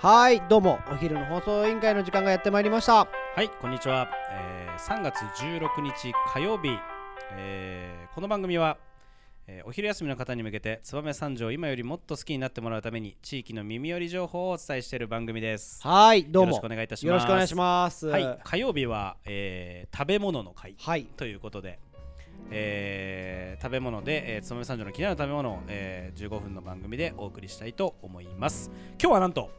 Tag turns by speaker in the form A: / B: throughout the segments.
A: はいどうもお昼の放送委員会の時間がやってまいりました
B: はい、こんにちは。えー、3月16日火曜日、えーこの番組は、えーお昼休みの方に向けて、燕三条を今よりもっと好きになってもらうために、地域の耳寄り情報をお伝えしている番組です。
A: はいどう
B: よろ
A: も
B: しくお願いいたします。
A: よろしくお願いします
B: はい、火曜日は、えー食べ物の会
A: はい
B: ということで、えー食べ物で、えー、燕三条の気になる食べ物を、えー15分の番組でお送りしたいと思います。今日はなんと、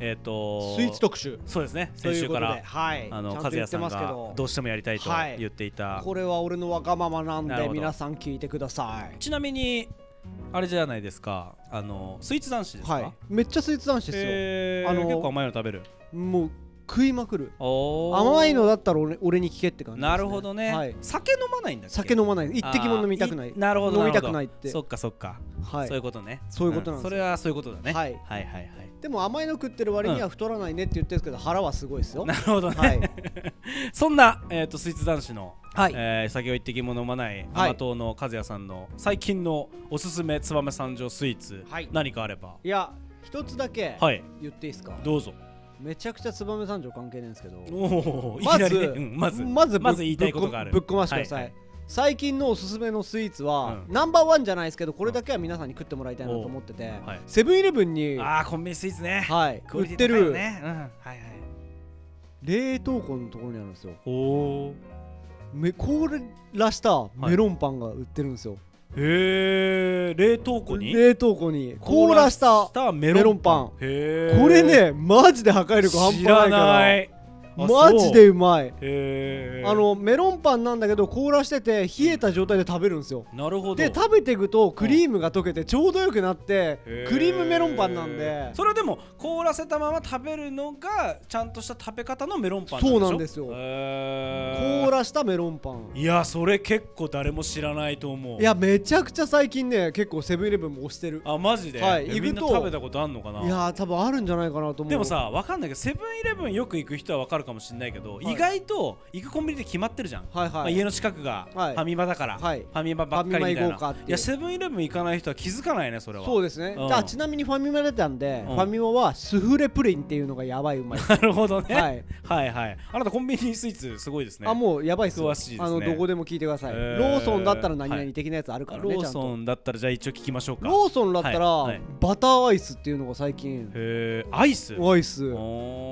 B: えっ、と
A: スイーツ特集
B: そうですね、
A: と
B: 先
A: いう
B: 週
A: こ
B: か
A: とで
B: ら。
A: はい
B: あの
A: ちゃんと
B: 和
A: 言
B: 也
A: って
B: さん
A: ますけ
B: が
A: ど
B: どうしてもやりたいと
A: はい
B: 言っていた、
A: これは俺のわがままなん
B: なる
A: で
B: ほど
A: 皆さん聞いてください
B: ちなみにあれじゃないですかあのスイーツ男子ですか、
A: はいめっちゃスイーツ男子ですよ、
B: えー
A: あの
B: 結構甘いの食べる
A: もう食いまくる
B: おー
A: 甘いのだったら俺俺に聞けって感じです、ね、
B: なるほどね、
A: はい、
B: 酒飲まないんだっけ
A: 酒飲まない一滴も飲みたくな
B: あ
A: い
B: ーなるほど
A: 飲みたくない
B: る
A: っ
B: ほど
A: て
B: そっかそっか、
A: はい
B: そういうことね
A: そういうことなんですよ
B: それはそういうことだね、
A: はい
B: はいはいはい
A: でも甘いの食ってる割には太らないねって言ってるんですけど腹はすごいですよ
B: なるほどね、
A: はい、
B: そんな、えー、とスイーツ男子の、
A: はい
B: えー酒を一滴も飲まない
A: はい
B: 甘党の和也さんの最近のおすすめ燕三条スイーツ、
A: はい
B: 何かあれば
A: いや一つだけ
B: はい
A: 言っていいですか、
B: どうぞ
A: めちゃくちゃ燕三条関係ないんですけど
B: おおい
A: まず
B: きなりね、うんまず
A: まずぶ
B: まず言いたいことがある
A: ぶっこぶっこましてください、
B: はい
A: 最近のおすすめのスイーツは、
B: うん
A: ナンバーワンじゃないですけどこれだけは皆さんに食ってもらいたいなと思ってて、
B: おうはい
A: セブンイレブンに、は
B: ああコンビニスイーツね、
A: い、
B: クオ
A: 売
B: リ
A: っ
B: テ
A: て
B: ィ高いよ
A: る、
B: ねうんはいはい
A: 冷凍庫のところにあるんですよ
B: おお
A: め凍らしたメロンパンが売ってるんですよ、
B: へえ冷凍庫に
A: 冷凍庫に凍らした
B: メ
A: メロンパン
B: へえ
A: これねマジで破壊力半端
B: 知
A: な
B: ら
A: いから
B: ないあ
A: マジで
B: そう
A: うまい
B: へえ
A: あのメロンパンなんだけど凍らしてて冷えた状態で食べるんですよ
B: なるほど
A: で食べていくとクリームが溶けてちょうどよくなって
B: へー
A: クリームメロンパンなんで
B: それはでも凍らせたまま食べるのがちゃんとした食べ方のメロンパン
A: そうなんですよ
B: へ
A: 凍
B: え
A: らしたメロンパン
B: いやそれ結構誰も知らないと思う
A: いやめちゃくちゃ最近ね結構セブンイレブンも推してる
B: あマジで、
A: はい
B: え
A: 行くと
B: みんな食べたことあんのかない
A: やー多分あるんじゃないかなと思う
B: でもさわかんないけどセブンイレブンよく行く人はわかるかもしれないけど、
A: い
B: 意外と行くコンビニで決まってるじゃん、
A: はい
B: まあ、
A: はい
B: 家の近くがフ
A: はい
B: ァミマだから、
A: はい
B: ファミマばっかりみた
A: ファミ
B: い
A: マ
B: な
A: 行こうかっていう
B: やセブンイレブン行かない人は気づかないねそれは
A: そうですね、
B: うん
A: あちなみにファミマ出たんで、
B: うん
A: ファミマはスフレプリンっていうのがやばいうまい
B: なるほど ね、
A: はい
B: はいはいあなたコンビニスイーツすごいですね
A: あもうやばいっすよ
B: 詳しいですね
A: あのどこでも聞いてください、
B: へー
A: ローソンだったら何
B: は
A: 々
B: い
A: 的なやつあるから
B: ロ
A: ね、
B: ー
A: ちゃんと
B: ソンだったらじゃあ一応聞きましょうか
A: ローソンだったら、
B: はいはい
A: バターアイスっていうのが最近
B: へえアイス
A: アイス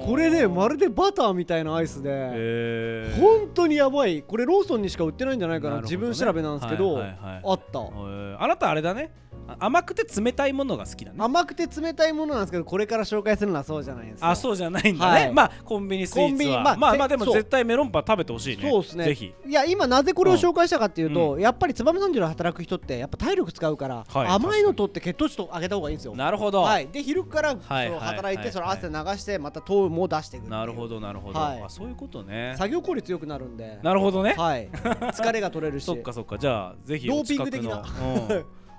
A: こ
B: こ
A: れねまるでバターみたいなアイスで
B: へえ
A: 本当にやばいこれローソンにしか売ってないんじゃないかな
B: なるほ
A: 自
B: どね
A: 分調べなんですけど、
B: はいはいはい
A: あった
B: へえあなたあれだねあ甘くて冷たいものが好きだね
A: 甘くて冷たいものなんですけどこれから紹介するのはそうじゃないですか
B: あそうじゃないんだね、
A: はい
B: まあコンビニスイ
A: コン
B: ー
A: ビ
B: ツ
A: ニ
B: は
A: ま
B: ま
A: あ
B: あ、まあ、
A: ぜ
B: でも
A: そう
B: 絶対メロンパン食べてほしいね
A: そうですね
B: ぜひ
A: いや今なぜこれを
B: うん
A: 紹介したかっていうと、
B: う
A: やっぱり燕三条で働く人ってやっぱ体力使うから、
B: はい
A: 甘いのとって血糖値と上げた方がいいんですよ
B: なるほど、
A: はい、で昼からそ
B: はい
A: の働い
B: はいは
A: て
B: い
A: その汗流してまた糖も出していくっていう
B: なるほどなるほど、
A: はい
B: あそういうことね
A: 作業効率良くなるんで
B: なるほどね、
A: はい疲れが取れるし
B: そっかそっかじゃあぜひ
A: ド
B: お
A: ーピン
B: 近
A: グ
B: く
A: 的
B: の
A: な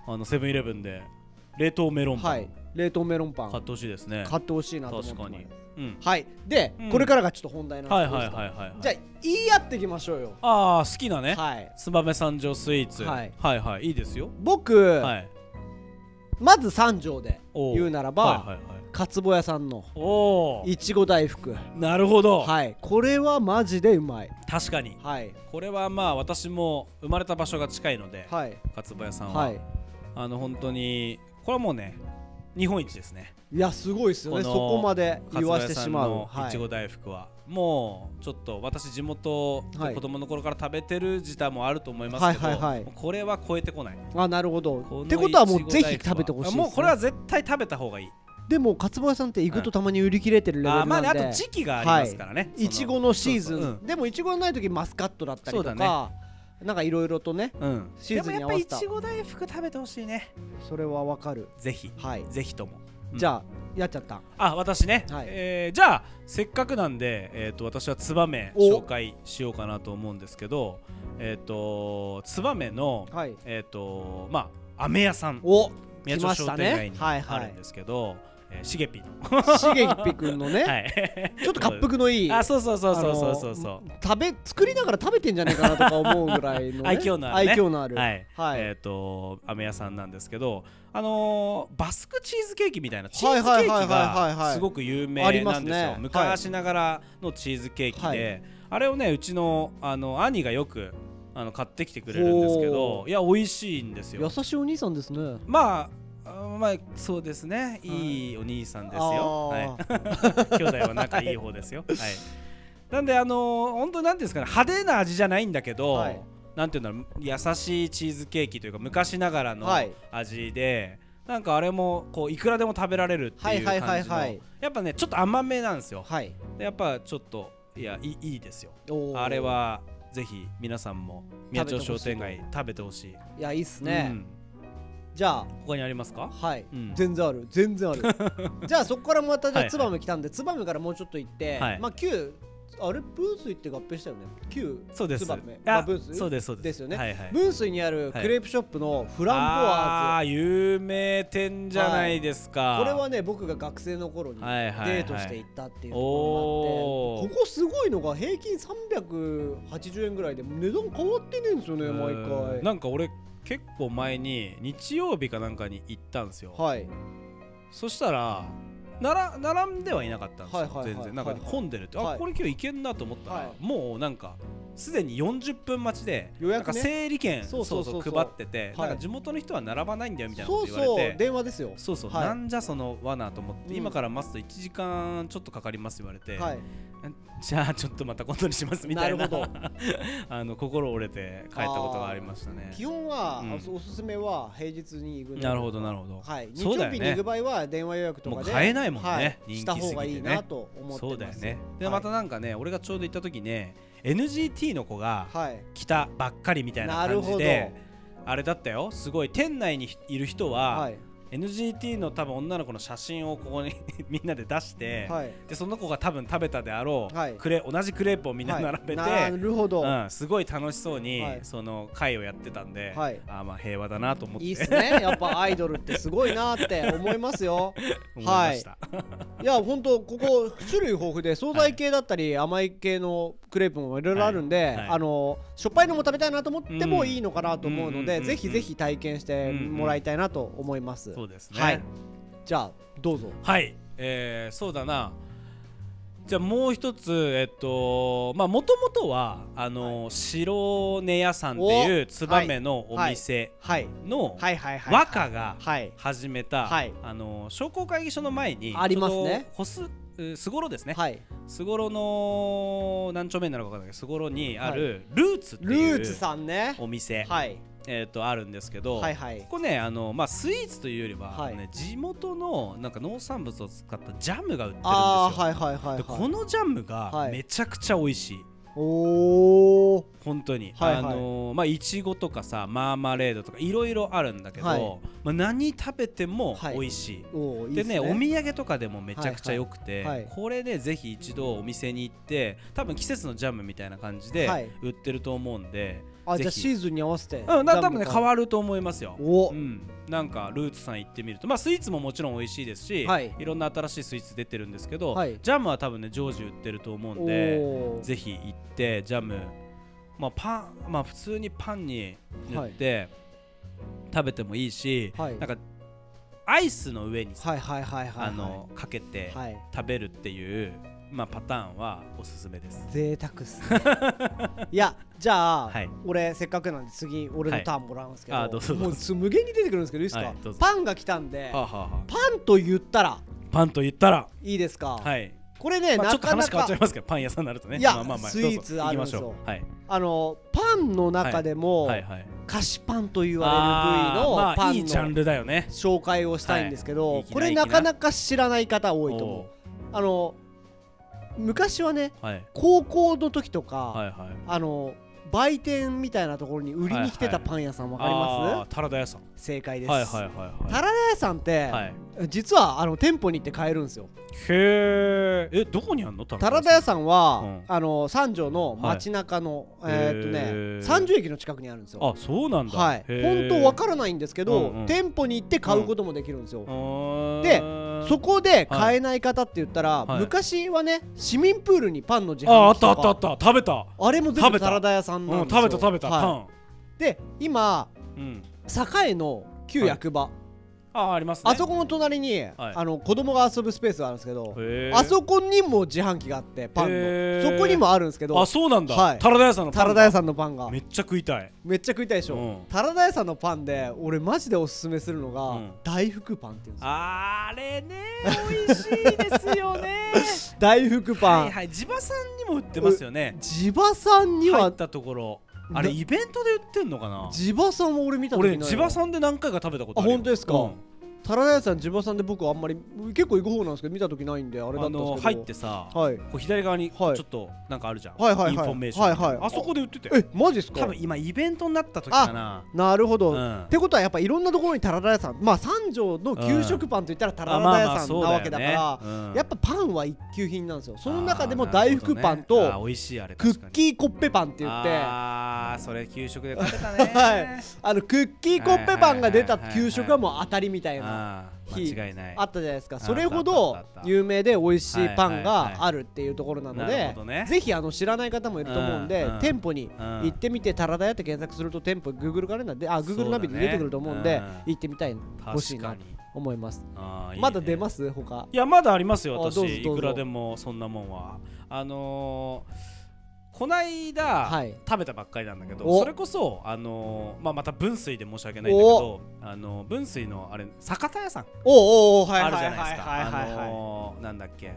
B: うん、あのセブンイレブンで冷凍メロンパン、
A: はい冷凍メロンパン
B: 買ってほしいですね
A: 買ってほしいなと思って
B: 確かに、うん、
A: はいで、
B: うん
A: これからがちょっと本題なんです
B: はい
A: けど
B: はいはいはい
A: じゃあ言い合ってきましょうよ
B: ああー好きなね、
A: はい
B: 燕三条スイーツ、
A: はい
B: はいはいいいですよ、
A: 僕、
B: はい
A: まず三条で
B: おう
A: 言うならば、
B: はいはいはい
A: かつぼ屋さんの
B: おお
A: いちご大福
B: なるほど、
A: はいこれはマジでうまい
B: 確かに
A: はい
B: これはまあ私も生まれた場所が近いので、
A: はい
B: 勝林さんは、
A: はい
B: あの本当にこれはもうね日本一ですね
A: いやすごいですよねそ
B: この
A: こまで
B: 勝
A: 言わせ
B: 林
A: て
B: さ
A: し
B: ん
A: まう
B: の
A: はい
B: ちご大福は、もうちょっと私地元
A: は
B: で
A: い
B: 子供の頃から食べてる時短もあると思いますけど、
A: はいはいはい
B: もうこれは超えてこない
A: あなるほど
B: の
A: ってことはも
B: いうちご
A: ぜ
B: 大
A: ひ
B: 福
A: 食べてほしいです、ね、
B: あもうこれは絶対食べた方がいい
A: でもかつぼ屋さんって行くとたまに売り切れてるレベ
B: あ
A: ル
B: ま
A: な
B: あ
A: んで、
B: ねあと時期がありますからね、
A: いちごのシーズン
B: そうそう
A: でもいちごがない時マスカットだったりと
B: そ
A: か、
B: うだ
A: なんかいろいろとね
B: うん、うん
A: シーズンに合わせた
B: でもやっぱいちご大福食べてほしいね
A: それはわかる
B: ぜひ
A: はい、
B: ぜひともうん
A: じゃあやっちゃった
B: あ私ね、
A: はい
B: えーじゃあせっかくなんで、えー、と私はツバメ
A: お
B: 紹介しようかなと思うんですけどえっ、とツバメの
A: はい
B: えっ、とまあ飴屋さん
A: お
B: 宮
A: 来まし
B: 町商
A: た
B: 店
A: ね
B: 街に
A: はいはい
B: あるんですけど、えー、シゲピの、
A: しげひぴくんのね、
B: はい、
A: ちょっと滑腹のいい
B: あそうそうそうそうそうそう
A: あ
B: そ
A: の食べ作りながら食べてんじゃないかなとか思うぐらいの、ね、
B: 愛嬌のあるね
A: 愛嬌のあ
B: う
A: る
B: はい、
A: はい
B: えっ、と飴屋さんなんですけどあのーバスクチーズケーキみたいなチー
A: はい
B: ズケ
A: はい
B: ーキ
A: はいはいはい
B: が
A: はい
B: すごく有名
A: ありま
B: な
A: す
B: ん
A: ね
B: ですよ、
A: はい
B: 昔ながらのチーズケーキで、
A: はい
B: あれをねうちのあの兄がよくあの買ってきてくれるんですけど
A: ほ
B: いや美味しいんですよ
A: 優しいお兄さんですね
B: まああまあそうですねいいお兄さんですよ、はい、
A: あー
B: 兄弟は仲いい方 ですよ。はい、なんで、あのー本当なんていうんですかね、派手な味じゃないんだけど、
A: はい
B: なんていうんだろう、優しいチーズケーキというか、昔ながらの
A: はい
B: 味で、なんかあれもこういくらでも食べられるっていう
A: は
B: 感じ
A: い
B: の、
A: はいはいはい
B: やっぱね、ちょっと甘めなんですよ。
A: はい
B: でやっぱちょっと、いや、いいいいですよ。
A: おー
B: あれはぜひ皆さんも宮町
A: 食べて
B: 商
A: ほしいと
B: 店街食べてほしい。
A: いやいいっすね、
B: うん
A: じゃあ
B: 他にありますか？
A: はい、
B: うん
A: 全然ある全然あ るじゃあそこからまたじ
B: は
A: ゃあ
B: いはい
A: ツバメ来たんでツバメからもうちょっと行って、
B: はい
A: まあ9あれブースイって合併したよね9
B: そうです。
A: ツバメ
B: あ
A: あブース
B: そうですそうです。
A: ですよね
B: はいはい。
A: ブースイにある
B: はい
A: クレープショップのフランボ
B: あ
A: ワ
B: あ有名店じゃないですか、
A: ーズこれはね僕が学生の頃にデ
B: はいはいはい
A: ートして行ったっていうところもあって、
B: おー
A: ここすごいのが平均380円ぐらいで値段変わってねえんですよね毎
B: うん
A: 回
B: なんか俺結構前に日曜日かなんかに行ったんですよ、
A: はい
B: そしたらなら並んではいなかったんですよ、
A: はいはいはい
B: 全然なんか
A: はいはい
B: 混んでるって、
A: はい
B: あこれ今日行けんなと思ったら、
A: はい
B: もうなんかすでに40分待ちで
A: 予約ね
B: なんか整理券
A: そうそうそうそう
B: 配ってて、
A: はい
B: なんか地元の人は並ばないんだよみたいなこ
A: そ
B: と
A: う
B: 言われて
A: そう電話ですよ
B: そうそう
A: はい
B: なんじゃその罠と思って、
A: うん
B: 今から待つと1時間ちょっとかかります言われて、
A: はい
B: じゃあちょっとまた今度にしますみたい
A: な
B: な
A: るほど
B: あの心折れて帰ったことがありましたね
A: 基本は、
B: う
A: あ
B: ん
A: のおすすめは平日に行くの
B: なるほどなるほど、
A: はい、日
B: そうだ
A: 曜
B: よね
A: 日に行く場合は電話予約とかで
B: もう買えないもんね
A: はい
B: 人気
A: した方
B: すぎてね
A: がいいなと思ってます
B: そうだよねで、
A: はい
B: またなんかね俺がちょうど行った時ね NGT の子が
A: はい
B: 来たばっかりみたいな
A: なる
B: 感じ
A: ほど
B: であれだったよすごい店内にいる人は、
A: はい
B: NGT の多分女の子の写真をここに みんなで出して、
A: はい
B: でその子が多分食べたであろう、
A: はい
B: クレ同じクレープをみんな並べて、
A: はいなるほど、
B: うん、すごい楽しそうに、
A: はい
B: その会をやってたんで、
A: はい
B: あーまあ平和だなと思って
A: いいっすねやっぱアイドルってすごいなって思います よ
B: 思いました、
A: いや本当ここ種類豊富で惣菜系だったり甘い系のクレープもいろいろあるんで、
B: いはい
A: あのしょっぱいのも食べたいなと思って
B: う
A: も
B: ん
A: いいのかなと思うので、
B: うんうんうんうん
A: ぜひぜひ体験してもらいたいなと思います、
B: そうですね
A: はいじゃあどうぞ
B: はいえーそうだなじゃあもう一つえっとまあもともとはあの、白根屋さんっていう燕のお店
A: はい
B: の
A: はいはいはい
B: 和歌が
A: はい
B: 始めた、
A: はい
B: あの商工会議所の前に
A: ありますね
B: ちょうどホスえーすごろですね
A: はい
B: すごろの何丁目になるか分かんないけどすごろにあるルーツって
A: ル
B: いう、
A: ーツさんね
B: お店、
A: はい
B: えー、とあるんですけど、
A: はいはい
B: ここねあの、まあ、スイーツというよりは、
A: はい
B: ね、地元のなんか農産物を使ったジャムが売ってるんですよ、
A: ああはいはいはいは
B: でこ
A: い
B: のジャムが
A: はい
B: めちゃくちゃ美味しい、
A: おお
B: 本当に、
A: はいはい
B: あのーまあいちごとかさマーマレードとかいろいろあるんだけど、
A: はい
B: まあ、何食べても
A: はい
B: 美味しい、
A: おーいい
B: で
A: っ
B: ね
A: す
B: お土産とかでもめちゃくちゃ良く
A: は
B: て、
A: いはいはい
B: これでぜひ一度お店に行って多分季節のジャムみたいな感じで
A: はい
B: 売ってると思うんで、
A: あじゃ
B: ぜ
A: あ
B: ひ
A: シーズンに合わせて
B: うん、な多分ね変
A: る
B: わると思いますよ
A: お
B: うん、なんかルーツさん行ってみると、まあ、スイーツももちろん美味しいですし、
A: はいい、
B: ろんな新しいスイーツ出てるんですけど、
A: はい
B: ジャムは多分ね常時売ってると思うんで
A: おー
B: ぜひ行ってジャム、まあ、パンまあ普通にパンに塗って、食べてもいいし、
A: はい
B: なんかアイスの上に、
A: はいはいはいはい
B: あのかけて
A: はい
B: 食べるっていう、まあ、パターンはおすすめです。
A: 贅沢っす ねいやじゃあ
B: はい
A: 俺せっかくなんで次俺のターンもらうんですけ
B: はいあーどうぞ
A: ど
B: どうぞ
A: もうす無限に出てくるんですけどいいです
B: は
A: か
B: いどうぞ
A: パンが来たんで
B: はあはあはあ
A: パンと言ったら
B: パンと言ったら、
A: いいですか
B: はい
A: これね
B: まあ、ち
A: な
B: ょっと
A: かな
B: 話変わっ
A: か
B: ちゃいますけどパン屋さんになるとね
A: いや
B: まあまあまあ
A: スイーツ
B: どうぞ
A: ある
B: 行
A: んで
B: きまし
A: す
B: ょ
A: よ
B: うはい
A: あのパンの中でも
B: はいはい
A: 菓子パンと言われ
B: あ
A: る部位
B: ーま
A: の
B: あ
A: パ
B: いい
A: ン
B: ジャン
A: の
B: ルだよね
A: 紹介をしたいんですけど、
B: はいいきな
A: これ
B: いきな
A: なかなか知らない方多いと思うあの昔はね
B: おーはい
A: 高校の時とか、
B: はいはい
A: あの売店みたいなところに売りに来て
B: はいは
A: た
B: い
A: パン屋さんわかります、
B: あータラダ屋さん
A: 正解です、
B: はいはいはい
A: タラダ屋さんって、
B: はいはい
A: 実はあの店舗に行って買えるんですよ
B: へーえどこにあんのタ
A: タラダ屋さんは、
B: うん
A: あの三条の街中の、
B: はい
A: えーっ
B: へ
A: と
B: ー
A: ね三条駅の近くにあるんですよ
B: あそうなんだ
A: はい、
B: へー
A: 本当わからないんですけど、
B: うんうん
A: 店舗に行って買うこともできるんですよ、
B: うーん
A: で
B: ーん
A: そこで買えない方って言ったら、
B: はい
A: 昔はね市民プールにパンの自販
B: あああ
A: 機
B: っ
A: とか
B: たあったあった食べた
A: あれも全部
B: 食べた
A: サラダ屋さん
B: う
A: なん
B: ん
A: ですよ、
B: 食べた食べた
A: はい
B: パン
A: で今
B: うん
A: 栄の旧役場、
B: ああありますね
A: あそこの隣に、あの子供が遊ぶスペースがあるんですけど、
B: へー
A: あそこにも自販機があってパン
B: へ
A: の
B: ー
A: そこにもあるんですけど
B: あそうなんだ、
A: はい
B: タラダ屋さんのパン
A: タ
B: だ
A: ラダ屋さんのパンが
B: めっちゃ食いたい
A: めっちゃ食いたいでしょ、
B: うん
A: タラダ屋さんのパンで俺マジでおすすめするのが、
B: うん
A: 大福パンっていうんですよ
B: あれね美味しいですよ ね
A: 大福パン、
B: はいはい地場さんにも売ってますよね
A: 地場さんに
B: 入
A: は
B: ったところあれ
A: な
B: イベントで売ってんのかな
A: 地場さんは俺見た時ない
B: 俺地場さんで何回か食べたことあるよ
A: あ本当ですか
B: うん
A: タラダ屋さん地場さんで僕あんまり結構行く方なんですけど見た時ないんであれだった
B: あ
A: んですけど
B: の入ってさ、
A: はい
B: こう左側にちょ
A: はい
B: っとなんかあるじゃん、
A: はいはいはい
B: インフォメーションみたな
A: はいはい
B: あそこで売ってて
A: えマジっす
B: 多
A: か
B: 分今イベントになった時かな
A: なるほど、
B: うん
A: ってことはやっぱいろんなところにタラダ屋さんまあ三条の給食パンといったらタラ
B: あま
A: ダ
B: あ
A: 屋
B: まあ
A: さんな
B: そうだよね
A: わけだから、
B: うん
A: やっぱパンは一級品なんですよその中でも
B: あーなる
A: 大
B: ほど
A: 福
B: ね
A: パン
B: あー
A: と
B: 美味しいあれ
A: ク
B: 確
A: ッ
B: かに
A: キーコッペパンって言ってあ
B: ああそれ給食で食べたね
A: はいのクッキーコッペパンが出た給食はもう当たりみたいな
B: あ
A: 日
B: ー間違いない
A: あったじゃないですか
B: あ
A: それほど
B: あったあった
A: 有名で美味しいパン
B: はいはいはい
A: があるっていうところなの
B: なる
A: で
B: ほどね
A: ぜひあの知らない方もいると思うんで
B: うんうん
A: 店舗に行ってみてタラダ屋って検索すると店舗 Google カレンダーであ Google ナビで出てくると思うん
B: そう
A: で
B: だねうん
A: 行ってみたい欲しいなと思います
B: あーいいね
A: まだ出ます他
B: いやまだありますよ
A: あどうぞ
B: 私い
A: どうぞ
B: くらでもそんなもんはあのーこないだ
A: はい
B: 食べたばっかりなんだけど、
A: お
B: それこそ、あのーまあ、また分水で申し訳ないんだけど、あのー分水のあれ酒田屋さん
A: おうおうおうはい
B: あ
A: はい
B: るじ
A: は
B: ゃ
A: い
B: ないですか、
A: はい
B: あ
A: は
B: のーなんだっけ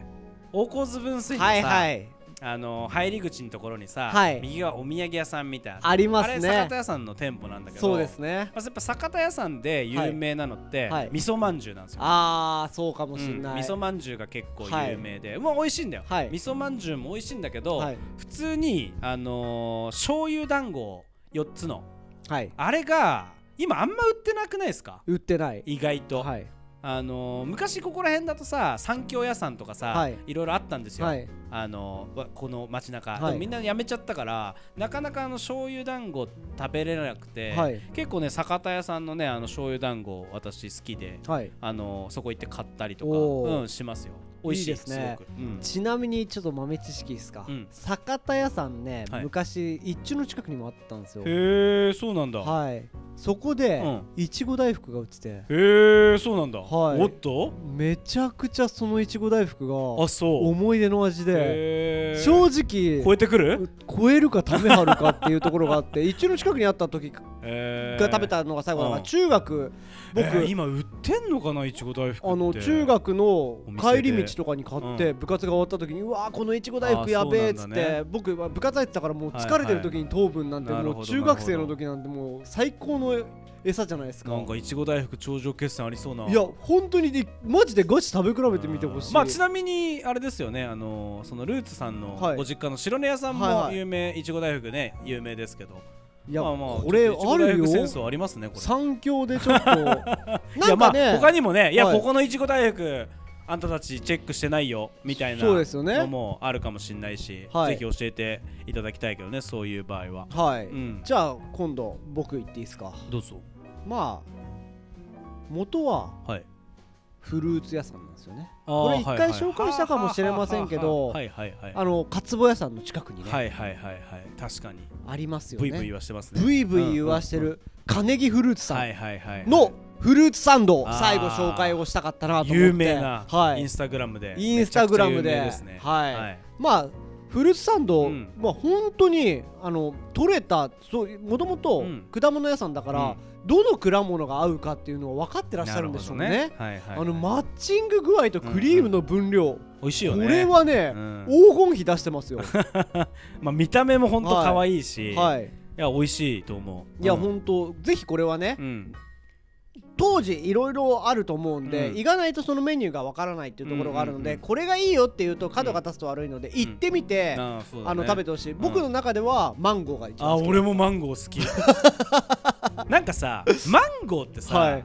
B: 大小津分水
A: い
B: のさ、
A: はいはい
B: あのー入り口のところにさ、
A: はい
B: 右がお土産屋さんみたいな
A: あります
B: あれ酒
A: ね
B: 田屋さんの店舗なんだけど
A: そうですね
B: まずやっぱ酒田屋さんで有名なのって、
A: はいはい
B: 味噌まんじゅうなんですよ
A: ああそうかも
B: うん
A: しんない
B: 味噌まんじゅうが結構有名で、まあ美味しいんだよ、
A: はい
B: 味噌まんじゅうも美味しいんだけど、
A: はい
B: 普通にあのー醤油団子4つの
A: はい
B: あれが今あんま売ってなくないですか
A: 売ってない
B: 意外と、
A: はい
B: あのー昔ここら辺だとさ三協屋さんとかさ、
A: はい
B: い、ろいろあったんですよ、
A: はい
B: あのーわこの街中、
A: はい
B: でもみんなやめちゃったからなかなかあの醤油団子食べれなくて、
A: はい
B: 結構ね酒田屋さんのねあの醤油団子私好きで
A: はい
B: あのそこ行って買ったりとか、
A: おー
B: うん、しますよ。美味しい
A: いいですね
B: ごく、うん
A: ちなみにちょっと豆知識いいですか、
B: うん
A: 酒田屋さんね、
B: はい
A: 昔一中の近くにもあったんですよ
B: へえ、そうなんだ。
A: はいそこで
B: うん
A: いちご大福が売ってて
B: へえ、そうなんだ。
A: はい
B: おっと、
A: めちゃくちゃそのいちご大福
B: あ、
A: が
B: そう。
A: 思い出の味で
B: へー
A: 正直
B: 超えてくる？
A: 超えるかためはるかっていうところがあって一中の近くにあった時が
B: へー
A: 食べ。たのが最後だか
B: う
A: ら
B: ん
A: 中学僕
B: えー今売ってんのかないちご大福って。
A: あの中学の
B: 店で
A: 帰り道とかに買って部活が終わった時にうわーこのいちご大福やべえっつ
B: あーそ
A: っ
B: うなんだね
A: て僕は部活入ってたからもう疲れてる時に糖分なんて
B: はいはい
A: もう中学生の時なんてもう最高の餌じゃないですか
B: なんか
A: い
B: いちご大福頂上決戦ありそうな。
A: や本当にねマジでガチ食べ比べてみてほし
B: う
A: い
B: んまあちなみにあれですよねあのそのルーツさんの
A: はい
B: ご実家の白根屋さん
A: はい
B: も
A: はい
B: 有名いちご大福ね有名ですけど
A: いや
B: まあまあ
A: これ
B: ちょっと
A: ある
B: いちご大福セン
A: よ
B: スはありますねこれ
A: 三強でちょっと な
B: いや
A: んか
B: まあ
A: ね
B: 他にもねいや
A: はい
B: ここのいちご大福あんたたちチェックしてないよみたいな
A: そうですよね
B: のもあるかもしれないし
A: はい
B: ぜひ教えていただきたいけどねそういう場合は
A: はい
B: うん
A: じゃあ今度僕言っていいですか
B: どうぞ
A: まあ元は
B: はい
A: フルーツ屋さんなんですよね
B: こ
A: れ一回紹介したかもしれませんけど
B: はいはいはい
A: あのかつぼ屋さんの近くにね
B: はいはいはいはい確かに
A: ありますよ
B: ブ
A: ね
B: イブイはしてますね
A: ブイブイ言わしてるカネギフルーツ
B: うんうん
A: さ
B: は
A: ん
B: いはいはいはい
A: のフルーツサンドを
B: あー
A: 最後紹介をしたかったなと思って
B: 有名な
A: は
B: イ
A: い
B: ンスタグラムで
A: インスタグラムで
B: めちゃくちゃ有名すね
A: はいまあフルーツサンド、
B: うん
A: まあ本当にあの取れたそうもともと
B: うん
A: 果物屋さんだから、どの果物が合うかっていうのは分かってらっしゃるんでしょうね
B: なほどはいはい
A: あのマッチング具合とクリームの分量、
B: 美味しいよ
A: こ
B: ね
A: れはね、
B: うん
A: 黄金比出してますよは
B: まあ見た目もほんと可愛い
A: い
B: し
A: い
B: いや美味しいと思うい
A: や、本当ぜひこれはね、
B: うん
A: 当時いろいろあると思うんで、
B: うん
A: 意外ないとそのメニューがわからないっていうところがあるので、
B: うんうんうん
A: これがいいよっていうと角が立つと悪いので、行ってみて、
B: ああそうだね
A: あの食べてほしい、
B: ん
A: 僕の中ではマンゴーが一
B: あ
A: 番好き
B: 俺もマンゴー好 きなんかさマンゴーってさ、
A: はい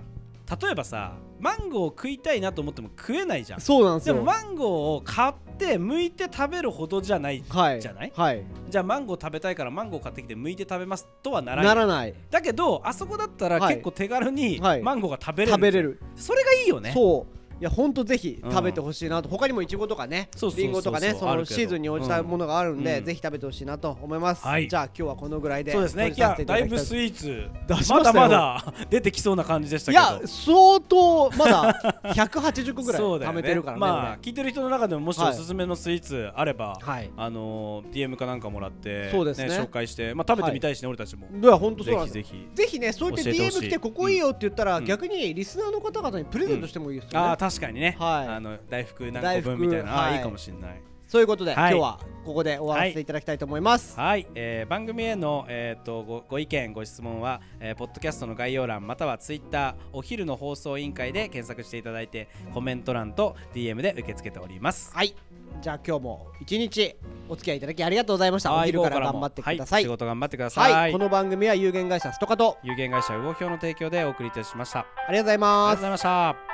B: 例えばさマンゴーを食いたいなと思っても食えないじゃん
A: そうなんです
B: で
A: よ
B: もマンゴーを買って剥いて食べるほどじゃない、
A: はい
B: じゃない
A: はい
B: じゃあマンゴー食べたいからマンゴー買ってきて剥いて食べますとはならない
A: ならない
B: だけどあそこだったら
A: はい
B: 結構手軽に
A: はい
B: マンゴーが食べれる、
A: 食べれる
B: それがいいよね
A: そういやほんとぜひ食べてほしいなと、他にもいちごとかね
B: そうそうそうそう
A: りんごとかねそ
B: ある
A: の
B: けど
A: シーズンに応じたものがあるんで、
B: うん
A: ぜひ食べてほしいなと思います、
B: はい
A: じゃあ今日はこのぐらいで
B: そうですね
A: 終
B: い
A: わりにさ
B: や
A: せて
B: だい
A: た
B: ぶ
A: きた
B: スイーツ
A: 出しまし
B: ま
A: た
B: だ
A: よ
B: まだ 出てきそうな感じでした
A: い
B: けど
A: や相当まだ180個ぐらい
B: そうだよ
A: 貯
B: ね
A: めてるからね
B: まあ聞いてる人の中でももし
A: はい
B: おすすめのスイーツあれば、
A: はい
B: あのー DM かなんかもらって
A: そうですね
B: 紹介してまあ食べてみたいしね、俺たちも
A: 俺いやほんとそう
B: ぜ
A: なん
B: ひ
A: です
B: ぜ
A: よ
B: ひ
A: ぜひねそうやって
B: 教えてほしい
A: DM 来てここいいよって言ったら、
B: うん
A: 逆にリスナーの方々にプレゼントしてもいいですよね、
B: ああ確かにね、
A: はい
B: あの大福何
A: 大
B: 個
A: 福
B: 分みたいな、あー
A: はい
B: いいかもしれない
A: そういうことで、
B: はい
A: 今日はここで終わらせていただきたいと思います。
B: はい、えー番組への、えー、とごご意見ご質問は、えーポッドキャストの概要欄またはツイッターお昼の放送委員会で検索していただいてコメント欄と DM で受け付けております
A: はい、じゃあ今日も一日お付き合いいただきありがとうございました。お
B: はい
A: 昼から
B: 午後
A: 頑張ってくださ。
B: はい仕
A: はい、
B: 事頑張ってください、
A: この番組は有限会社ストカと
B: 有限会社魚票の提供でお送りいたしました
A: ありがとうござい
B: ありがと
A: ま
B: うご
A: す
B: ざい。ました